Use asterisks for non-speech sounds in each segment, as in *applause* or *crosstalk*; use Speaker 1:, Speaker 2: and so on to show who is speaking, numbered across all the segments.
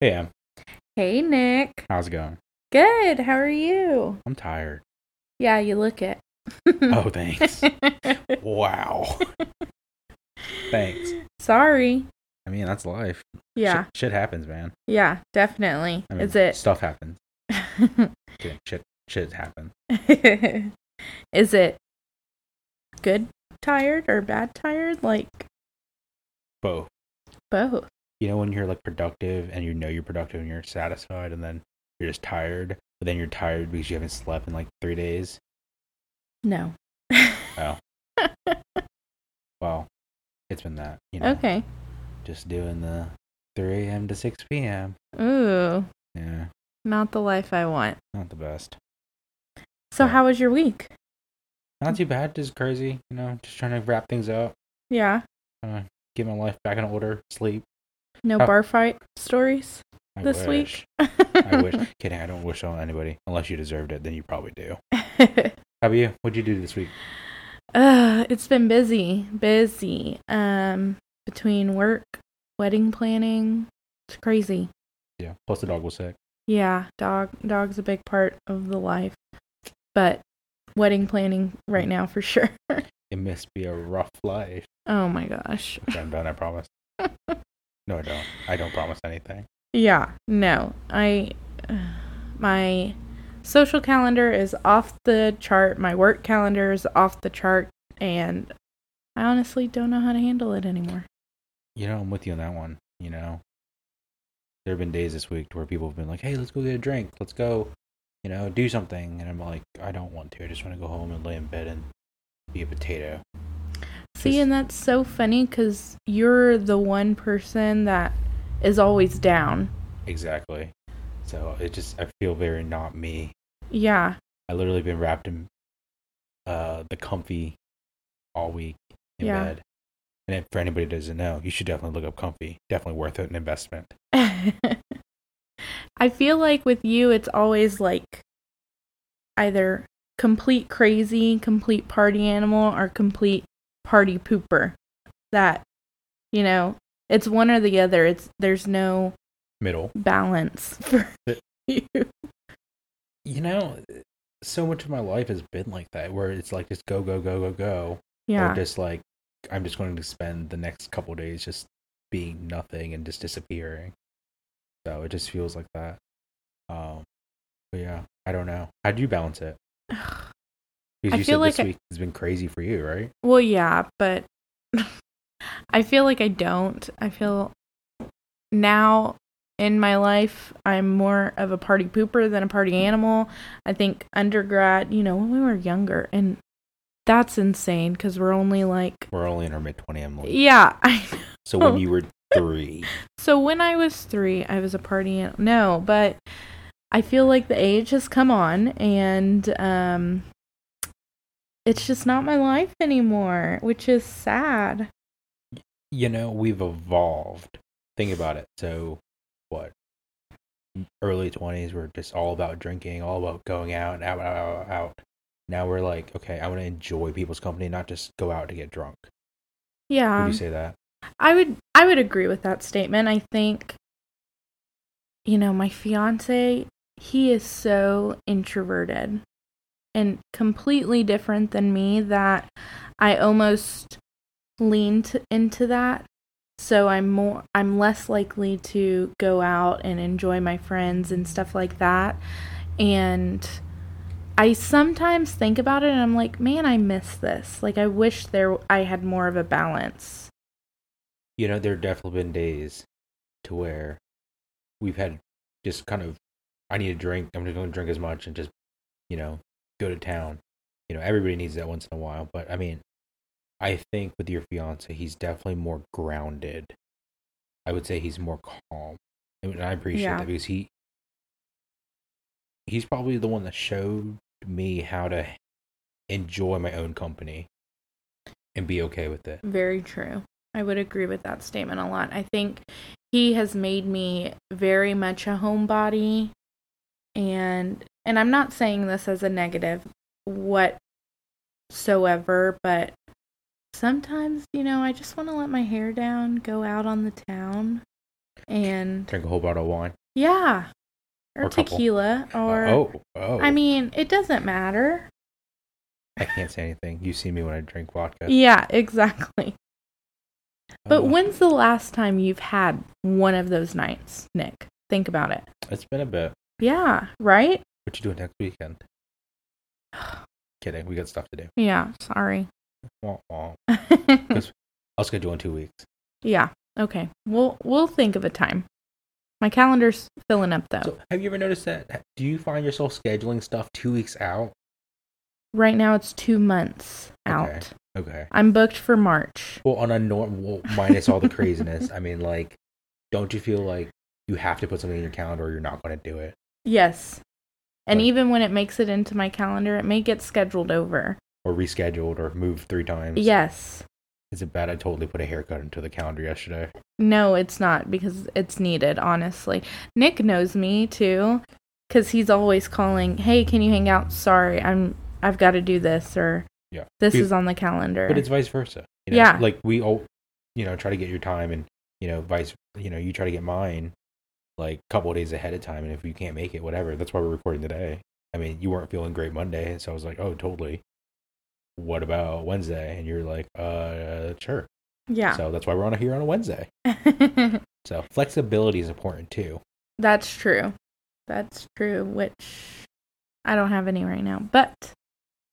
Speaker 1: Yeah,
Speaker 2: Hey, Nick.
Speaker 1: how's it going?
Speaker 2: Good. How are you?
Speaker 1: I'm tired.
Speaker 2: Yeah, you look it. Mm. *laughs*
Speaker 1: Oh, thanks. wow. thanks.
Speaker 2: Sorry.
Speaker 1: I mean, that's life. Shit-
Speaker 2: Yeah.
Speaker 1: Shit, happens, man.
Speaker 2: Yeah, definitely.
Speaker 1: I mean,
Speaker 2: Is it
Speaker 1: Stuff happens. Kidding. Shit, shit happens.
Speaker 2: *laughs* Is it good tired or bad tired? Like
Speaker 1: Both.
Speaker 2: both.
Speaker 1: You know, when you're like productive and you know you're productive and you're satisfied and then you're just tired, but then you're tired because you haven't slept in like three days.
Speaker 2: No.
Speaker 1: Well, it's been that, you know.
Speaker 2: Okay.
Speaker 1: Just doing the 3 a.m. to 6 p.m.
Speaker 2: Ooh,
Speaker 1: Yeah,
Speaker 2: not the life I want.
Speaker 1: not the best.
Speaker 2: So
Speaker 1: Yeah.
Speaker 2: how was your week? Mm.
Speaker 1: Not too bad, just crazy, you know, just trying to wrap things up.
Speaker 2: Yeah.
Speaker 1: Trying to get my life back in order, sleep.
Speaker 2: No
Speaker 1: Oh.
Speaker 2: bar fight stories.
Speaker 1: I
Speaker 2: This week?
Speaker 1: wish. I
Speaker 2: *laughs*
Speaker 1: wish. Kidding, I don't wish on anybody. Unless you deserved it, then you probably do.
Speaker 2: *laughs*
Speaker 1: How about you? What'd you do this week?
Speaker 2: Uh, it's been busy, busy. Um, between work, wedding planning, it's crazy.
Speaker 1: Yeah. Plus the dog was sick.
Speaker 2: Yeah, dog, dog's a big part of the life, but wedding planning right now for *laughs* sure.
Speaker 1: It must be a rough life.
Speaker 2: Oh my gosh.
Speaker 1: Which I'm done, I
Speaker 2: *laughs*
Speaker 1: promise. no, I don't. I don't promise anything.
Speaker 2: Yeah, no, I, *sighs* my social calendar is off the chart. My work calendar is off the chart, and I honestly don't know how to handle it anymore.
Speaker 1: You know, I'm with you on that one. You know, there have been days this week where people have been like, hey, let's go get a drink. Let's go, you know, do something. And I'm like, I don't want to. I just want to go home and lay in bed and be a potato.
Speaker 2: See,
Speaker 1: Just-
Speaker 2: and that's so funny because you're the one person that is always down.
Speaker 1: Exactly. So it just, I feel very not me.
Speaker 2: Yeah, *laughs*
Speaker 1: I literally been wrapped in uh the comfy all week in
Speaker 2: Yeah.
Speaker 1: bed. And if, for anybody that doesn't know, you should definitely look up comfy. Definitely worth it, an investment.
Speaker 2: I feel like with you, it's always like either complete crazy, complete party animal, or complete party pooper. That, you know, it's one or the other. It's there's no
Speaker 1: Middle.
Speaker 2: balance *laughs* for
Speaker 1: But-
Speaker 2: you.
Speaker 1: You know, so much of my life has been like that, where it's like just go, go, go, go, go, or
Speaker 2: Yeah,
Speaker 1: just like I'm just going to spend the next couple days just being nothing and just disappearing. So it just feels like that. Um, but yeah, I don't know. How do you balance
Speaker 2: *sighs*
Speaker 1: it? Because
Speaker 2: I
Speaker 1: you
Speaker 2: feel
Speaker 1: said
Speaker 2: like
Speaker 1: this
Speaker 2: I-
Speaker 1: week has been crazy for you, right?
Speaker 2: Well, yeah, but *laughs* I feel like I don't. I feel now in my life, I'm more of a party pooper than a party animal. I think undergrad, you know, when we were younger, and that's insane because we're only like,
Speaker 1: We're only in our mid 20, Emily.
Speaker 2: yeah. *laughs* I,
Speaker 1: So
Speaker 2: Oh.
Speaker 1: when you were three,
Speaker 2: so when I was three, I was a party animal. No, but I feel like the age has come on, and um, it's just not my life anymore, which is sad.
Speaker 1: you know, we've evolved. Think about it. So, what? Early 20s, we're just all about drinking, all about going out, out, out, out, out. Now we're like, okay, I want to enjoy people's company, not just go out to get drunk.
Speaker 2: Yeah.
Speaker 1: Would you say that?
Speaker 2: I would I would agree with that statement. I think you know, my fiance, he is so introverted and completely different than me that I almost lean t- into that. So I'm more I'm less likely to go out and enjoy my friends and stuff like that. And I sometimes think about it and I'm like, man, I miss this. Like I wish there I had more of a balance.
Speaker 1: You know, there have definitely been days to where we've had just kind of, I need a drink. I'm just going to drink as much and just, you know, go to town. You know, everybody needs that once in a while. But I mean, I think with your fiance, he's definitely more grounded. I would say he's more calm. And I appreciate
Speaker 2: Yeah.
Speaker 1: that because he, he's probably the one that showed me how to enjoy my own company and be okay with it.
Speaker 2: Very true. I would agree with that statement a lot. I think he has made me very much a homebody and and I'm not saying this as a negative whatsoever, but sometimes, you know, I just want to let my hair down, go out on the town. and
Speaker 1: Drink a whole bottle of wine.
Speaker 2: yeah,
Speaker 1: Or
Speaker 2: or
Speaker 1: a couple.
Speaker 2: tequila or
Speaker 1: oh, oh.
Speaker 2: I mean, it doesn't matter.
Speaker 1: I can't say anything. You see me when I drink vodka.
Speaker 2: Yeah, *laughs* exactly. But
Speaker 1: Oh,
Speaker 2: when's the last time you've had one of those nights, Nick? Think about it.
Speaker 1: it's been a bit.
Speaker 2: Yeah, right?
Speaker 1: What you doing next
Speaker 2: *sighs*
Speaker 1: weekend? Kidding. We got stuff to do.
Speaker 2: Yeah,
Speaker 1: *laughs*
Speaker 2: sorry. *laughs*
Speaker 1: Wah, wah. I'll schedule in two weeks.
Speaker 2: yeah. Okay. We'll we'll think of a time. My calendar's filling up though.
Speaker 1: So, have you ever noticed that? Do you find yourself scheduling stuff two weeks out?
Speaker 2: right now it's 2 months out.
Speaker 1: Okay. Okay.
Speaker 2: I'm booked for March.
Speaker 1: Well, on a normal minus all the craziness. I mean, like, don't you feel like you have to put something in your calendar or you're not going to do it?
Speaker 2: Yes. And
Speaker 1: Right.
Speaker 2: even when it makes it into my calendar, it may get scheduled over.
Speaker 1: Or rescheduled or moved three times?
Speaker 2: Yes.
Speaker 1: Is it bad? I totally put a haircut into the calendar yesterday.
Speaker 2: No, it's not because it's needed, honestly. Nick knows me too cuz he's always calling, "Hey, can you hang out? Sorry, I'm I've got to do this or
Speaker 1: Yeah.
Speaker 2: this
Speaker 1: Be-
Speaker 2: is on the calendar."
Speaker 1: But it's vice versa. You know?
Speaker 2: Yeah.
Speaker 1: Like, we all, you know, try to get your time and, you know, vice, you know, you try to get mine like a couple of days ahead of time. And if you can't make it, whatever. That's why we're recording today. I mean, you weren't feeling great Monday. So I was like, oh, totally. What about Wednesday? And you're like, uh, sure.
Speaker 2: yeah.
Speaker 1: So that's why we're on here on a Wednesday. So flexibility is important too.
Speaker 2: *laughs* That's true. That's true, which I don't have any right now, but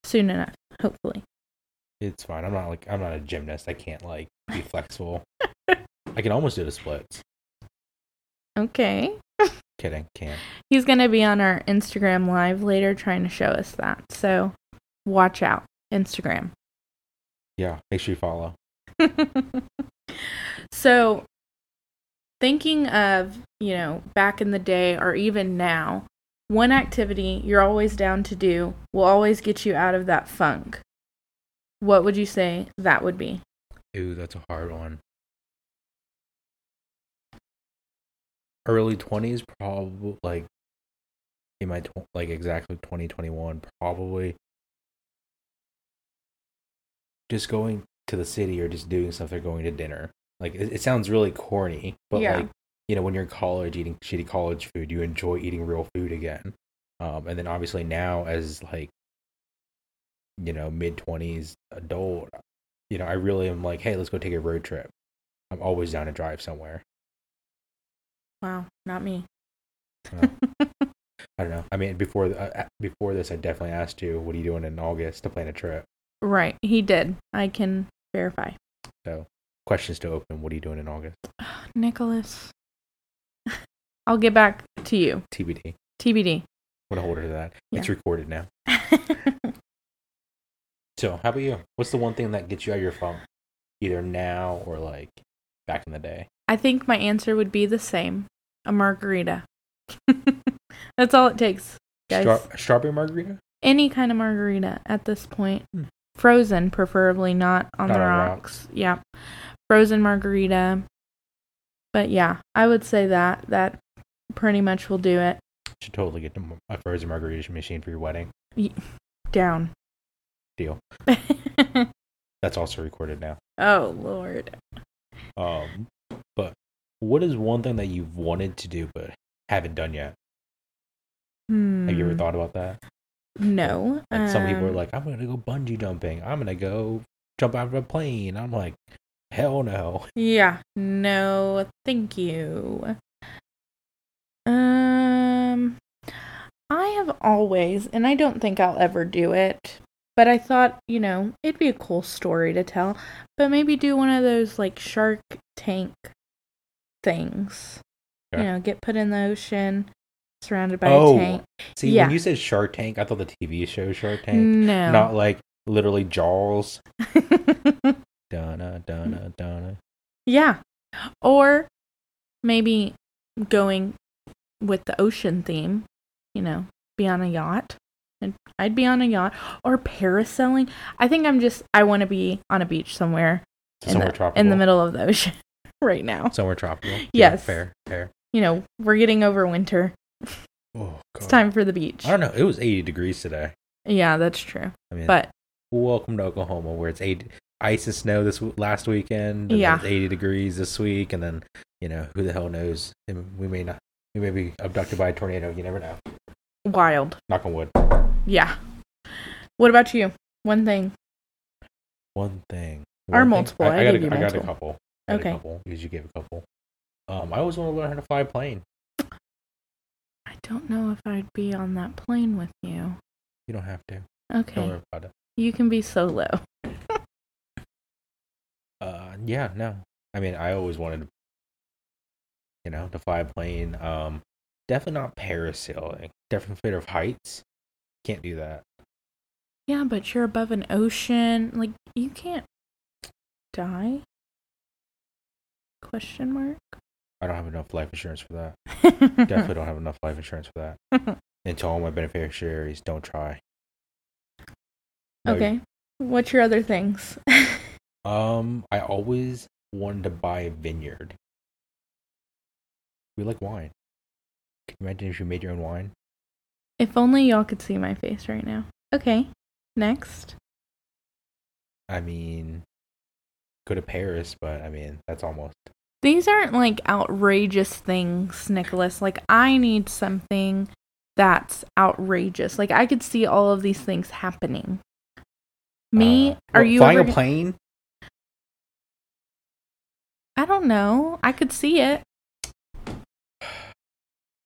Speaker 2: soon enough, hopefully.
Speaker 1: It's fine. I'm not like I'm not a gymnast. I can't like be
Speaker 2: *laughs*
Speaker 1: flexible. I can almost do the splits.
Speaker 2: Okay.
Speaker 1: Kidding. Can't.
Speaker 2: He's going to be on our Instagram live later trying to show us that. So watch out, Instagram.
Speaker 1: Yeah. Make sure you follow.
Speaker 2: *laughs* so thinking of you know back in the day or even now one activity you're always down to do will always get you out of that funk what would you say that would be
Speaker 1: Ooh, that's a hard one. Early twenties, probably like in my tw- like exactly twenty twenty one, probably just going to the city or just doing something, going to dinner. Like it, it sounds really corny, but
Speaker 2: Yeah.
Speaker 1: like you know, when you're in college eating shitty college food, you enjoy eating real food again. Um, and then obviously now as like you know mid twenties adult, you know, I really am like, hey, let's go take a road trip. I'm always down to drive somewhere.
Speaker 2: wow not me
Speaker 1: I don't know. I mean, before uh, uh, before this, I definitely asked you, what are you doing in August to plan a trip?
Speaker 2: right he did i can verify
Speaker 1: Questions to open. What are you doing in August?
Speaker 2: nicholas *laughs* i'll get back to you
Speaker 1: TBD.
Speaker 2: *laughs* tbd
Speaker 1: I'm gonna hold her to that. It's recorded now.
Speaker 2: i
Speaker 1: So, how about you? What's the one thing that gets you out of your funk, either now or like back in the day?
Speaker 2: think my answer would be the same a margarita *laughs* that's all it takes guys
Speaker 1: Stra- strawberry margarita?
Speaker 2: any kind of margarita at this point.
Speaker 1: Hmm.
Speaker 2: Frozen, preferably not on
Speaker 1: Not
Speaker 2: the
Speaker 1: on
Speaker 2: rocks. Yeah. Frozen margarita. But yeah, I would say that. That pretty much will do it.
Speaker 1: Should totally get the- a frozen margarita machine for your wedding.
Speaker 2: Down.
Speaker 1: Deal. That's also recorded now.
Speaker 2: *laughs* oh, Lord.
Speaker 1: Um, but what is one thing that you've wanted to do but haven't done yet?
Speaker 2: Hmm.
Speaker 1: Have you ever thought about that?
Speaker 2: No.
Speaker 1: Like some people are
Speaker 2: um,
Speaker 1: like, I'm gonna go bungee jumping. I'm gonna go jump out of a plane. I'm like, hell no.
Speaker 2: Yeah. No, thank you. Um I have always, and I don't think I'll ever do it, but I thought, you know, it'd be a cool story to tell, but maybe do one of those like shark tank things. You
Speaker 1: Okay.
Speaker 2: know, get put in the ocean, surrounded
Speaker 1: *laughs*
Speaker 2: by
Speaker 1: Oh,
Speaker 2: a tank.
Speaker 1: See,
Speaker 2: Yeah.
Speaker 1: when you said Shark Tank, I thought the TV show Shark Tank,
Speaker 2: No.
Speaker 1: not like literally Jaws.
Speaker 2: *laughs*
Speaker 1: Donna,
Speaker 2: Mm.
Speaker 1: Donna, Donna.
Speaker 2: yeah. Or maybe going with the ocean theme, you know, be on a yacht. And I'd be on a yacht or parasailing. I think I'm just I want to be on a beach somewhere in
Speaker 1: Somewhere
Speaker 2: the,
Speaker 1: tropical.
Speaker 2: in the middle of the ocean *laughs* right now.
Speaker 1: Somewhere tropical. Yeah,
Speaker 2: Yes.
Speaker 1: fair, fair.
Speaker 2: You know, we're getting over winter.
Speaker 1: Oh,
Speaker 2: It's
Speaker 1: God.
Speaker 2: time for the beach.
Speaker 1: I don't know. It was 80 degrees today.
Speaker 2: Yeah, that's true.
Speaker 1: I mean,
Speaker 2: But
Speaker 1: welcome to Oklahoma, where it's 80. ice and snow this w- last weekend. and then
Speaker 2: Yeah.
Speaker 1: it's eighty degrees this week, and then you know who the hell knows? And we may not. We may be abducted by a tornado. You never know.
Speaker 2: Wild.
Speaker 1: Knock on wood.
Speaker 2: Yeah. What about you? One thing.
Speaker 1: One thing.
Speaker 2: Or
Speaker 1: One thing-
Speaker 2: multiple, I
Speaker 1: I, got,
Speaker 2: gave
Speaker 1: a,
Speaker 2: you
Speaker 1: I got a
Speaker 2: multiple.
Speaker 1: couple. I got
Speaker 2: Okay.
Speaker 1: A couple because you gave a couple. Um, I always want to learn how to fly a plane.
Speaker 2: I don't know if I'd be on that plane with you.
Speaker 1: You don't have to. Don't
Speaker 2: Okay.
Speaker 1: worry about it.
Speaker 2: You can be solo.
Speaker 1: Uh, yeah, no. I mean, I always wanted, you know, to fly a plane. Um, definitely not parasailing. Definitely afraid of heights. Can't do that.
Speaker 2: Yeah, but you're above an ocean. Like you can't die? Question mark.
Speaker 1: I don't have enough life insurance for that.
Speaker 2: Mm-hmm. *laughs*
Speaker 1: Definitely don't have enough life insurance for that. and to all my beneficiaries, don't try. No,
Speaker 2: okay. What's your other things? *laughs*
Speaker 1: Um, I always wanted to buy a vineyard. We like wine. Can you imagine if you made your own wine?
Speaker 2: if only y'all could see my face right now. Okay. Next.
Speaker 1: I mean, go to Paris, but I mean, that's almost. uh,
Speaker 2: These aren't like outrageous things, Nicholas. Like I need something that's outrageous. Like I could see all of these things happening. Me?
Speaker 1: uh,
Speaker 2: are
Speaker 1: what,
Speaker 2: you
Speaker 1: flying
Speaker 2: ever
Speaker 1: a
Speaker 2: gonna-
Speaker 1: plane?
Speaker 2: I don't know. I could see it.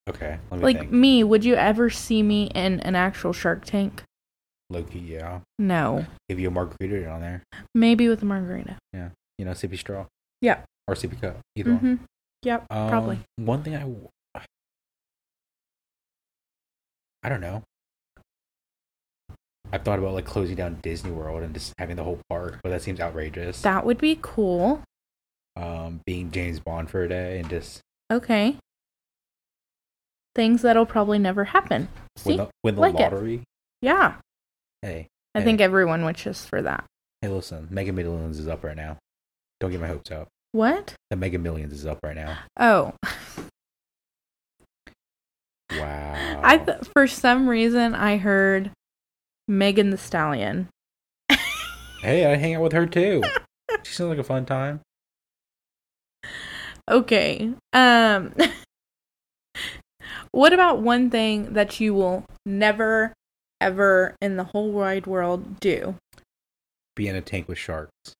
Speaker 1: Okay, let me
Speaker 2: Like
Speaker 1: think.
Speaker 2: me, would you ever see me in an actual Shark Tank?
Speaker 1: Loki, yeah.
Speaker 2: No.
Speaker 1: Give you a margarita on there.
Speaker 2: Maybe with a margarita.
Speaker 1: You know, sippy straw.
Speaker 2: Yeah.
Speaker 1: Or sippy cup. Either one.
Speaker 2: Mm-hmm. Yep.
Speaker 1: Um,
Speaker 2: probably.
Speaker 1: One thing I. w- I don't know. I've thought about like closing down Disney World and just having the whole park, but that seems outrageous.
Speaker 2: That would be cool.
Speaker 1: um, being James Bond for a day and just
Speaker 2: Okay. Things that'll probably never happen.
Speaker 1: win
Speaker 2: See?
Speaker 1: the, win the
Speaker 2: Like it.
Speaker 1: lottery.
Speaker 2: yeah.
Speaker 1: Hey,
Speaker 2: I
Speaker 1: Hey.
Speaker 2: think everyone wishes for that.
Speaker 1: hey, listen, Mega Millions is up right now. Don't get my hopes up.
Speaker 2: What?
Speaker 1: The Mega Millions is up right now.
Speaker 2: Oh,
Speaker 1: Wow.
Speaker 2: I th- for some reason I heard Megan the Stallion.
Speaker 1: hey, I hang out with her
Speaker 2: *laughs*
Speaker 1: too. she sounds like a fun time.
Speaker 2: Okay. Um *laughs* What about one thing that you will never ever in the whole wide world do?
Speaker 1: Be in a tank with sharks.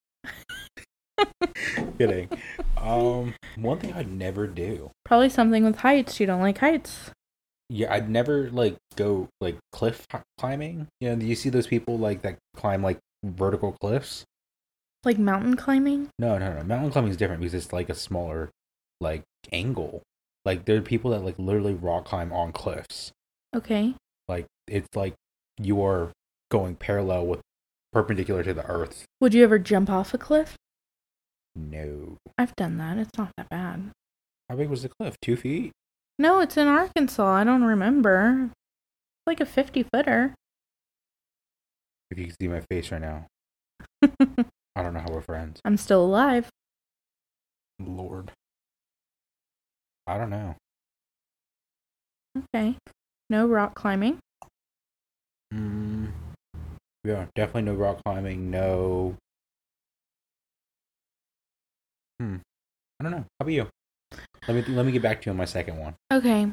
Speaker 1: *laughs* Kidding. Um, one thing I'd never do.
Speaker 2: Probably something with heights. You don't like heights.
Speaker 1: Yeah, I'd never like go like cliff h- climbing. You know, do you see those people like that climb like vertical cliffs?
Speaker 2: Like mountain climbing?
Speaker 1: No, no, no. Mountain climbing is different because it's like a smaller, like angle. Like there are people that like literally rock climb on cliffs.
Speaker 2: Okay.
Speaker 1: Like it's like you are going parallel with perpendicular to the earth.
Speaker 2: Would you ever jump off a cliff?
Speaker 1: No.
Speaker 2: I've done that. It's not that bad.
Speaker 1: How big was the cliff? Two feet.
Speaker 2: No, it's in Arkansas. I don't remember. Like a 50 footer. *laughs*
Speaker 1: If you can see my face right now, I don't know how we're friends.
Speaker 2: I'm still alive.
Speaker 1: Lord. I don't know.
Speaker 2: Okay. No rock climbing.
Speaker 1: Mm, yeah, definitely no rock climbing. No. Hmm. I don't know. How about you? Let me let me get back to you on my second one.
Speaker 2: Okay.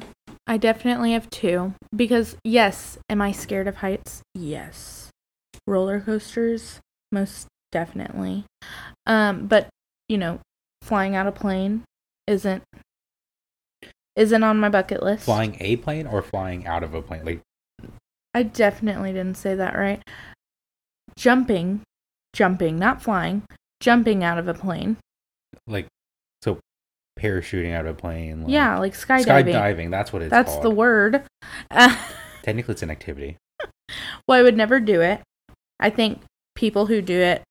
Speaker 2: I definitely have two because yes, am I scared of heights? Yes. Roller coasters most definitely. Um but you know, flying out a plane isn't isn't on my bucket list.
Speaker 1: Flying a plane or flying out of a plane? Like
Speaker 2: I definitely didn't say that right. Jumping, jumping, not flying, jumping out of a plane.
Speaker 1: like so parachuting out of a plane. Like,
Speaker 2: yeah, like skydiving.
Speaker 1: skydiving. That's what it's
Speaker 2: That's
Speaker 1: called.
Speaker 2: the word. *laughs* Uh,
Speaker 1: Technically, it's an activity.
Speaker 2: Well, I would never do it. I think people who do it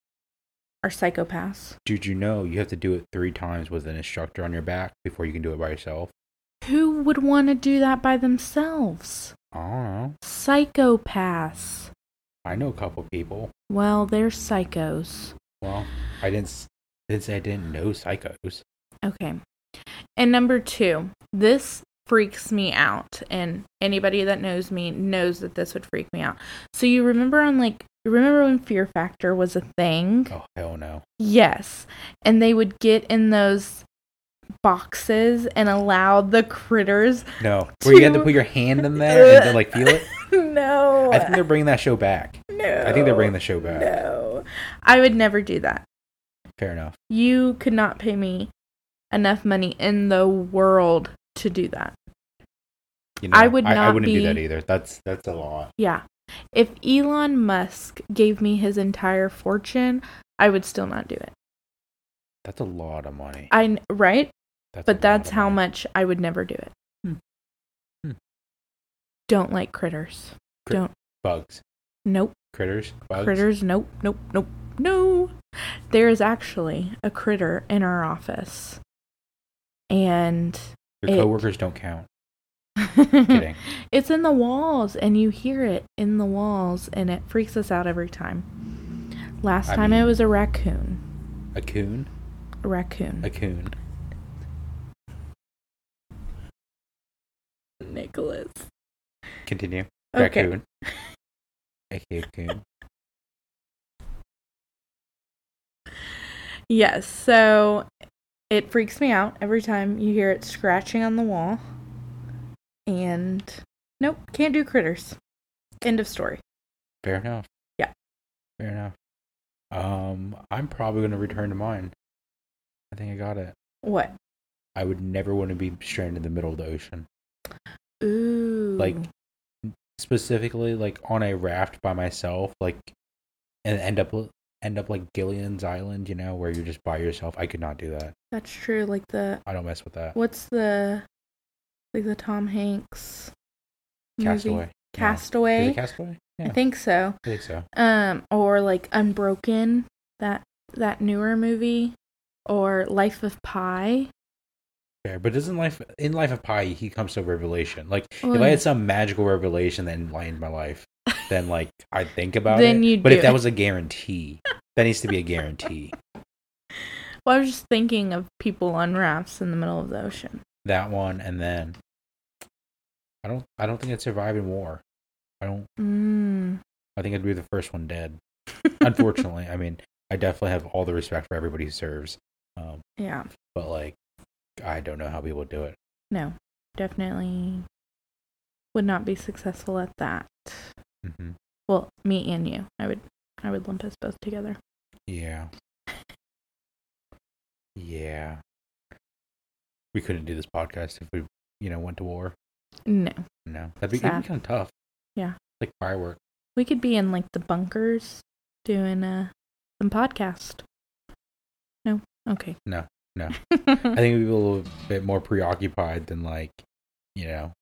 Speaker 2: are psychopaths.
Speaker 1: Did you know you have to do it three times with an instructor on your back before you can do it by yourself?
Speaker 2: Who would want to do that by themselves?
Speaker 1: I don't know.
Speaker 2: Psychopaths.
Speaker 1: I know a couple people.
Speaker 2: Well, they're psychos.
Speaker 1: Well, I didn't. s- I didn't say I didn't know psychos.
Speaker 2: Okay. And number two, this freaks me out and anybody that knows me knows that this would freak me out so you remember on like you remember when fear factor was a thing
Speaker 1: Oh hell no.
Speaker 2: yes and they would get in those boxes and allow the critters
Speaker 1: No. Where you had to put your hand in there and then like feel it?
Speaker 2: *laughs* no
Speaker 1: I think they're bringing that show back.
Speaker 2: no
Speaker 1: I think they're bringing the show back.
Speaker 2: no i would never do that
Speaker 1: Fair enough.
Speaker 2: you could not pay me enough money in the world to do that
Speaker 1: You
Speaker 2: I would
Speaker 1: I,
Speaker 2: not
Speaker 1: wouldn't do
Speaker 2: be-
Speaker 1: that either. That's that's a lot.
Speaker 2: Yeah. If Elon Musk gave me his entire fortune, I would still not do it.
Speaker 1: That's a lot of money.
Speaker 2: I kn- right?
Speaker 1: That's a lot
Speaker 2: but that's
Speaker 1: of
Speaker 2: how
Speaker 1: money.
Speaker 2: much I would never do it.
Speaker 1: Hmm. Hmm.
Speaker 2: Don't like critters.
Speaker 1: Crit-
Speaker 2: Don't.
Speaker 1: bugs.
Speaker 2: Nope.
Speaker 1: Critters. Bugs.
Speaker 2: Critters. Nope. Nope. Nope. No. There is actually a critter in our office. And
Speaker 1: Your
Speaker 2: it-
Speaker 1: coworkers don't count.
Speaker 2: Hmm.
Speaker 1: Kidding.
Speaker 2: *laughs* it's in the walls and you hear it in the walls and it freaks us out every time. Last
Speaker 1: I
Speaker 2: time it
Speaker 1: mean-
Speaker 2: was a raccoon.
Speaker 1: A coon?
Speaker 2: A raccoon.
Speaker 1: A coon.
Speaker 2: Nicholas.
Speaker 1: Continue.
Speaker 2: Okay.
Speaker 1: Raccoon. AKA coon.
Speaker 2: Yes. So it freaks me out every time you hear it scratching on the wall. And nope, can't do critters. End of story.
Speaker 1: Fair enough.
Speaker 2: Yeah.
Speaker 1: Fair enough. Um, I'm probably gonna return to mine. I think I got it.
Speaker 2: What?
Speaker 1: I would never want to be stranded in the middle of the ocean.
Speaker 2: Ooh.
Speaker 1: Like specifically like on a raft by myself, like and end up end up like Gillian's Island, you know, where you're just by yourself. I could not do that.
Speaker 2: that's true. Like the
Speaker 1: I don't mess with that.
Speaker 2: what's the like the Tom Hanks movie?
Speaker 1: Castaway.
Speaker 2: Castaway.
Speaker 1: Is it Castaway? Yeah, I
Speaker 2: I
Speaker 1: think,
Speaker 2: think so.
Speaker 1: so.
Speaker 2: Um, or like Unbroken, that that newer movie, or Life of Pi.
Speaker 1: Fair. But doesn't life in Life of Pi he comes to a revelation. Like if
Speaker 2: Well,
Speaker 1: I had some magical revelation that enlightened my life, then like I'd think about
Speaker 2: Then
Speaker 1: it.
Speaker 2: you'd
Speaker 1: but
Speaker 2: do
Speaker 1: if that
Speaker 2: it.
Speaker 1: was a guarantee, that needs to be a guarantee.
Speaker 2: Well, I was just thinking of people on rafts in the middle of the ocean.
Speaker 1: that one and then I don't I don't think I'd survive in war. I don't
Speaker 2: Mm.
Speaker 1: I think I'd be the first one dead. Unfortunately. I mean, I definitely have all the respect for everybody who serves. Um,
Speaker 2: yeah.
Speaker 1: but like I don't know how people do it.
Speaker 2: No. Definitely would not be successful at that.
Speaker 1: hmm
Speaker 2: Well, me and you. I would I would lump us both together.
Speaker 1: Yeah. Yeah. We couldn't do this podcast if we, you know, went to war.
Speaker 2: No.
Speaker 1: No, that'd be, that'd
Speaker 2: Sad.
Speaker 1: be kind of tough.
Speaker 2: Yeah.
Speaker 1: like firework.
Speaker 2: We could be in like the bunkers doing uh some podcast. No. Okay.
Speaker 1: No, no. I
Speaker 2: Mm-hmm.
Speaker 1: think we'd be a little bit more preoccupied than like, you know,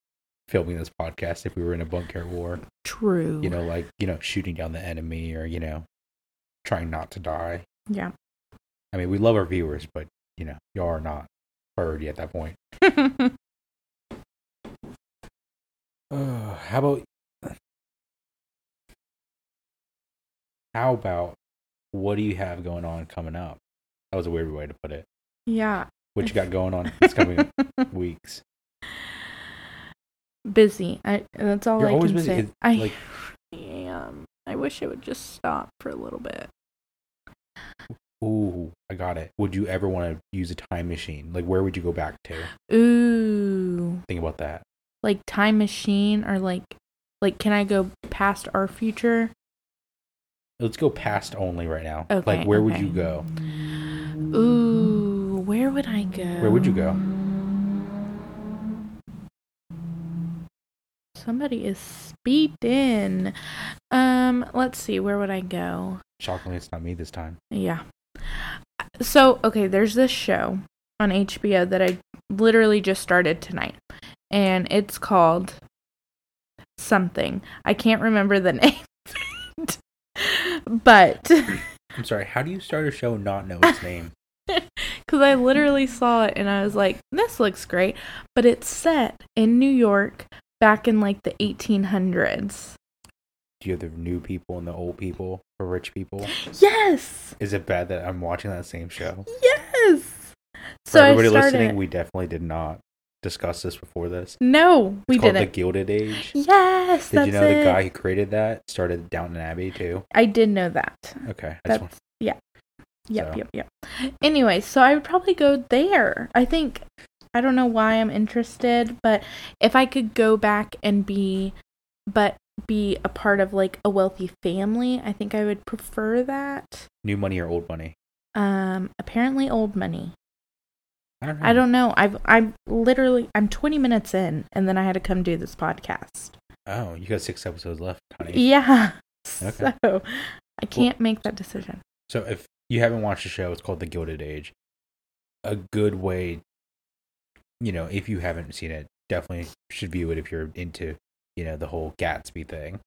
Speaker 1: filming this podcast if we were in a bunker war.
Speaker 2: *laughs* True.
Speaker 1: You know, like you know, shooting down the enemy or you know, trying not to die.
Speaker 2: Yeah.
Speaker 1: I mean, we love our viewers, but you know, y'all are not priority at that point. Uh, how about how about what do you have going on coming up? That was a weird way to put it.
Speaker 2: *laughs* yeah.
Speaker 1: What you
Speaker 2: *laughs*
Speaker 1: got going on this coming weeks?
Speaker 2: busy. I that's all
Speaker 1: You're
Speaker 2: I
Speaker 1: always
Speaker 2: can
Speaker 1: busy.
Speaker 2: say.
Speaker 1: It's
Speaker 2: I
Speaker 1: like-
Speaker 2: am. I wish it would just stop for a little bit.
Speaker 1: Ooh, I got it. Would you ever want to use a time machine? Like, where would you go back to?
Speaker 2: Ooh,
Speaker 1: Think about that.
Speaker 2: like time machine or like like can I go past our future?
Speaker 1: Let's go past only right now.
Speaker 2: Okay,
Speaker 1: like, where would
Speaker 2: okay.
Speaker 1: you go?
Speaker 2: Ooh, where would I go?
Speaker 1: Mm-hmm. Where would you go?
Speaker 2: Somebody is speeding. Um, let's see. Where would I go?
Speaker 1: Shockingly, it's not me this time.
Speaker 2: Yeah. So, okay, there's this show on HBO that I literally just started tonight, and it's called something. I can't remember the *laughs* name, of it. but
Speaker 1: I'm sorry. How do you start a show and not know
Speaker 2: *laughs*
Speaker 1: its name?
Speaker 2: because I literally saw it and I was like, this looks great, but it's set in New York back in like the 1800s.
Speaker 1: Do you have the new people and the old people or rich people?
Speaker 2: Yes,
Speaker 1: Is it bad that I'm watching that same show?
Speaker 2: yes.
Speaker 1: For
Speaker 2: So
Speaker 1: everybody
Speaker 2: I started.
Speaker 1: listening, we definitely did not. discussed this before this?
Speaker 2: No, we
Speaker 1: it's called the
Speaker 2: didn't.
Speaker 1: Gilded Age.
Speaker 2: yes,
Speaker 1: Did
Speaker 2: that's
Speaker 1: you know
Speaker 2: it.
Speaker 1: the guy who created that started Downton Abbey too?
Speaker 2: I did know that.
Speaker 1: Okay, I just
Speaker 2: That's
Speaker 1: want-
Speaker 2: yeah. Yep,
Speaker 1: So.
Speaker 2: yep, yep. Anyway, so I would probably go there. I think I don't know why I'm interested, but if I could go back and be but be a part of like a wealthy family, I think I would prefer that.
Speaker 1: new money or old money.
Speaker 2: Um apparently old money.
Speaker 1: I don't know.
Speaker 2: I don't know. I've I'm literally I'm 20 minutes in and then I had to come do this podcast.
Speaker 1: Oh, you got six episodes left, honey.
Speaker 2: Yeah. *laughs*
Speaker 1: Okay.
Speaker 2: So I can't make that decision.
Speaker 1: So if you haven't watched the show, it's called The Gilded Age. A good way, you know, if you haven't seen it, definitely should view it if you're into, you know, the whole Gatsby thing.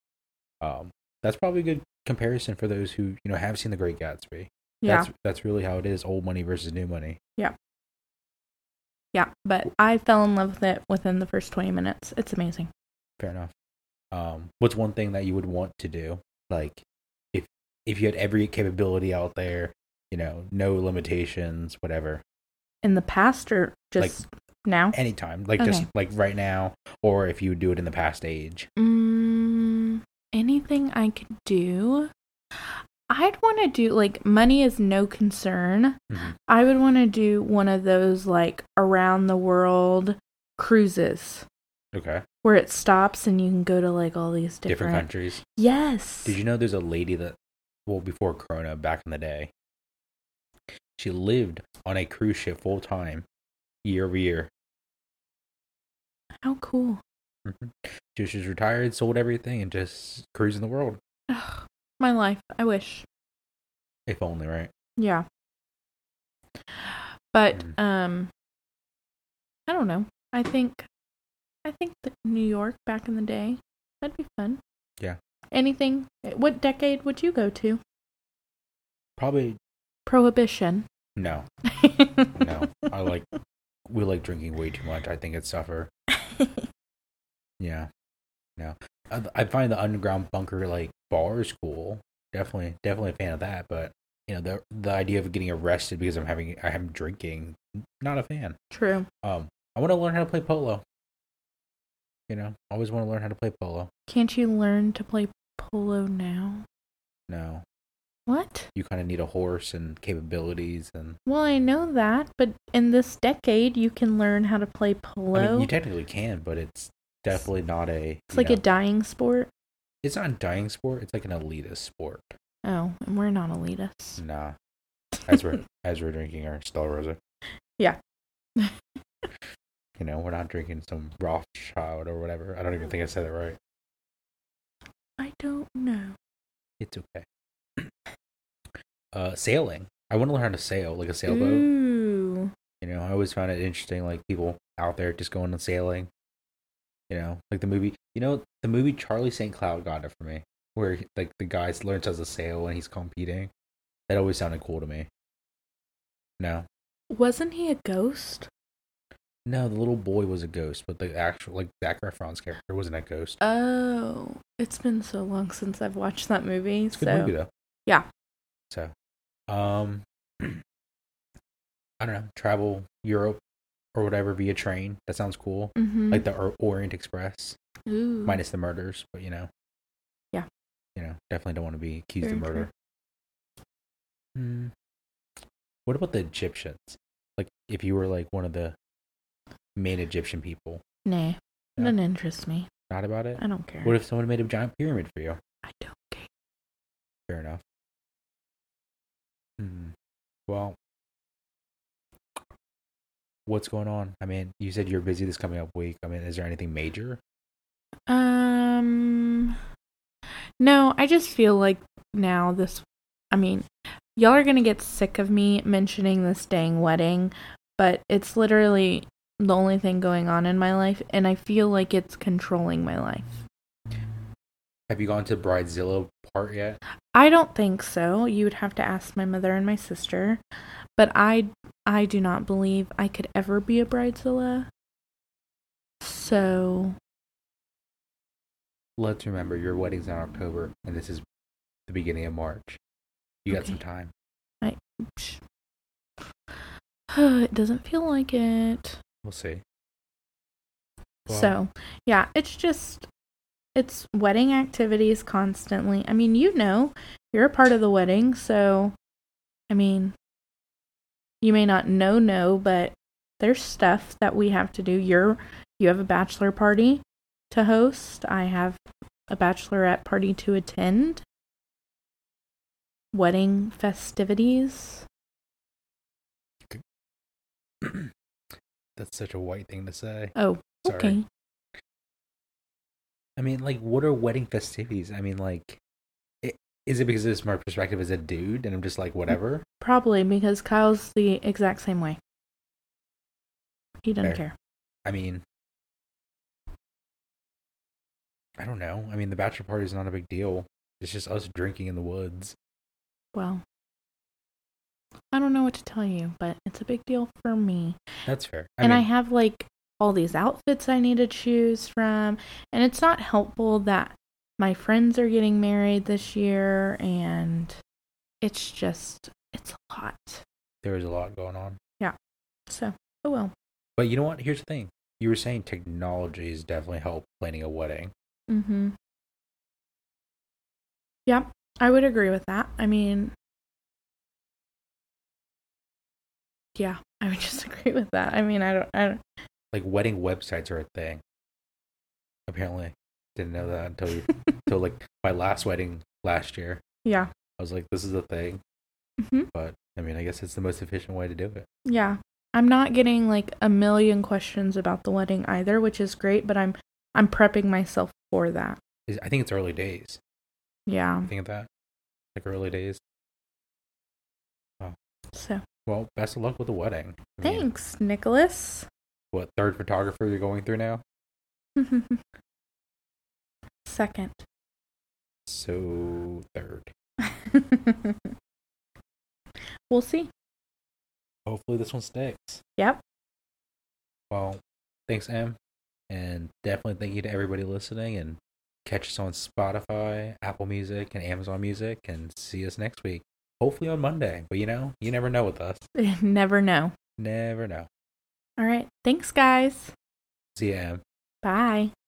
Speaker 1: Um, that's probably a good comparison for those who you know have seen The Great Gatsby.
Speaker 2: Yeah.
Speaker 1: That's that's really how it is: old money versus new money.
Speaker 2: Yeah, but I fell in love with it within the first 20 minutes. It's amazing.
Speaker 1: Fair enough. Um, what's one thing that you would want to do? Like, if if you had every capability out there, you know, no limitations, whatever.
Speaker 2: In the past or just now?
Speaker 1: anytime like just
Speaker 2: Okay.
Speaker 1: like right now or if you would do it in the past age
Speaker 2: Mm, anything I could do? I'd want to do, like, money is no concern.
Speaker 1: Mhm.
Speaker 2: I would want to do one of those, like, around the world cruises
Speaker 1: okay
Speaker 2: where it stops and you can go to, like, all these different.
Speaker 1: different countries
Speaker 2: Yes.
Speaker 1: did you know there's a lady that well before corona back in the day she lived on a cruise ship full time year over year
Speaker 2: How cool.
Speaker 1: Mhm. she was just retired sold everything and just cruising the world
Speaker 2: Ugh, my life. I wish.
Speaker 1: if only right
Speaker 2: Yeah. But
Speaker 1: Mm.
Speaker 2: um I don't know. I think I think that New York back in the day that'd be fun.
Speaker 1: Yeah.
Speaker 2: Anything eh, what decade would you go to?
Speaker 1: probably
Speaker 2: Prohibition.
Speaker 1: no no
Speaker 2: *laughs*
Speaker 1: i like we like drinking way too much i think it's *laughs* suffer Yeah. No. I, I find the underground bunker like bars cool. Definitely definitely a fan of that, but you know, the the idea of getting arrested because I'm having I am drinking, not a fan.
Speaker 2: True.
Speaker 1: Um I want to learn how to play polo. You know, I always want to learn how to play polo.
Speaker 2: Can't you learn to play polo now?
Speaker 1: No.
Speaker 2: What?
Speaker 1: You kind of need a horse and capabilities and
Speaker 2: Well, I know that, but in this decade you can learn how to play polo.
Speaker 1: I mean, you technically can, but it's definitely not a
Speaker 2: it's
Speaker 1: you
Speaker 2: like a
Speaker 1: know,
Speaker 2: dying sport.
Speaker 1: it's not a dying sport, it's like an elitist sport.
Speaker 2: Oh, and we're not elitists.
Speaker 1: Nah. As *laughs* we're as we're drinking our Stella Rosa.
Speaker 2: Yeah.
Speaker 1: you know, we're not drinking some Rothschild or whatever. I don't even think I said it right.
Speaker 2: I don't know.
Speaker 1: It's okay. Uh sailing. I want to learn how to sail, like a sailboat.
Speaker 2: Ooh.
Speaker 1: You know, I always found it interesting, like people out there just going and sailing. You know, like the movie you know, the movie Charlie St. Cloud got it for me. Where like the guy learns how to sail and he's competing. That always sounded cool to me. No.
Speaker 2: Wasn't he a ghost?
Speaker 1: No, the little boy was a ghost, but the actual like Zach Efron's character wasn't a ghost.
Speaker 2: Oh, it's been so long since I've watched that movie.
Speaker 1: It's a good
Speaker 2: so
Speaker 1: movie though.
Speaker 2: yeah.
Speaker 1: So, um, *clears throat* I don't know. Travel Europe or whatever via train. That sounds cool.
Speaker 2: Mhm.
Speaker 1: Like the or- Orient Express,
Speaker 2: Ooh.
Speaker 1: minus the murders, but you know.
Speaker 2: Mm-hmm. Yeah.
Speaker 1: You know, definitely don't want to be accused
Speaker 2: Very
Speaker 1: of murder. Hmm. What about the Egyptians? Like, if you were like one of the main Egyptian people,
Speaker 2: Nah, it
Speaker 1: Yeah.
Speaker 2: doesn't interest me.
Speaker 1: not about it.
Speaker 2: I don't care.
Speaker 1: What if someone made a giant pyramid for you?
Speaker 2: I don't care.
Speaker 1: Fair enough. Hmm. Well, what's going on? I mean, you said you're busy this coming up week. I mean, is there anything major?
Speaker 2: Um, no, I just feel like now this. I mean, y'all are gonna get sick of me mentioning this dang wedding, but it's literally the only thing going on in my life, and I feel like it's controlling my life.
Speaker 1: Have you gone to Bridezilla part yet?
Speaker 2: I don't think so. You would have to ask my mother and my sister. But I I do not believe I could ever be a bridezilla. So, *sighs*
Speaker 1: Let's remember your wedding's in October, and this is the beginning of March. You got some
Speaker 2: Okay.
Speaker 1: time.
Speaker 2: psh. it doesn't feel like it.
Speaker 1: We'll see. Wow.
Speaker 2: So, yeah, it's just it's wedding activities constantly. I mean, you know, you're a part of the wedding, so I mean, you may not know no, but there's stuff that we have to do. You're you have a bachelor party to host. I have a bachelorette party to attend. Wedding festivities.
Speaker 1: that's such a white thing to say.
Speaker 2: Oh,
Speaker 1: Sorry.
Speaker 2: okay.
Speaker 1: I mean, like, what are wedding festivities? I mean, like, i- is it because it's my perspective as a dude, and I'm just like, whatever?
Speaker 2: Probably because Kyle's the exact same way. He doesn't
Speaker 1: Fair.
Speaker 2: care.
Speaker 1: I mean, I don't know. I mean, the bachelor party is not a big deal. It's just us drinking in the woods.
Speaker 2: Well, I don't know what to tell you, but it's a big deal for me.
Speaker 1: That's fair. I
Speaker 2: and I
Speaker 1: mean,
Speaker 2: have like all these outfits I need to choose from, and it's not helpful that my friends are getting married this year, and it's just it's a lot.
Speaker 1: there is a lot going on.
Speaker 2: So oh well.
Speaker 1: But you know what? Here's the thing. You were saying technology has definitely helped planning a wedding.
Speaker 2: Mm-hmm. Yep, I would agree with that. I mean, yeah, I would *laughs* just agree with that. I mean, I don't, I don't.
Speaker 1: Like wedding websites are a thing. Apparently, didn't know that until you, until like my last wedding last year.
Speaker 2: Yeah.
Speaker 1: I was like, this is a thing.
Speaker 2: Mhm.
Speaker 1: But I mean, I guess it's the most efficient way to do it.
Speaker 2: Yeah. I'm not getting like a million questions about the wedding either, which is great, but I'm I'm prepping myself for that.
Speaker 1: Is- I think it's early days.
Speaker 2: Yeah.
Speaker 1: You think of that? Like early days.
Speaker 2: So,
Speaker 1: Well, best of luck with the wedding. I mean,
Speaker 2: thanks, Nicholas. *laughs*
Speaker 1: what third photographer you're going through now?
Speaker 2: Second. *laughs*
Speaker 1: So third.
Speaker 2: we'll see. *laughs*
Speaker 1: Hopefully this one sticks.
Speaker 2: Yep.
Speaker 1: Well, thanks, Em. And definitely thank you to everybody listening and catch us on Spotify, Apple Music, and Amazon Music and see us next week. Hopefully on Monday. But you know, you never know with us.
Speaker 2: Never know.
Speaker 1: Never know.
Speaker 2: All right. Thanks, guys.
Speaker 1: See ya, Em.
Speaker 2: Bye.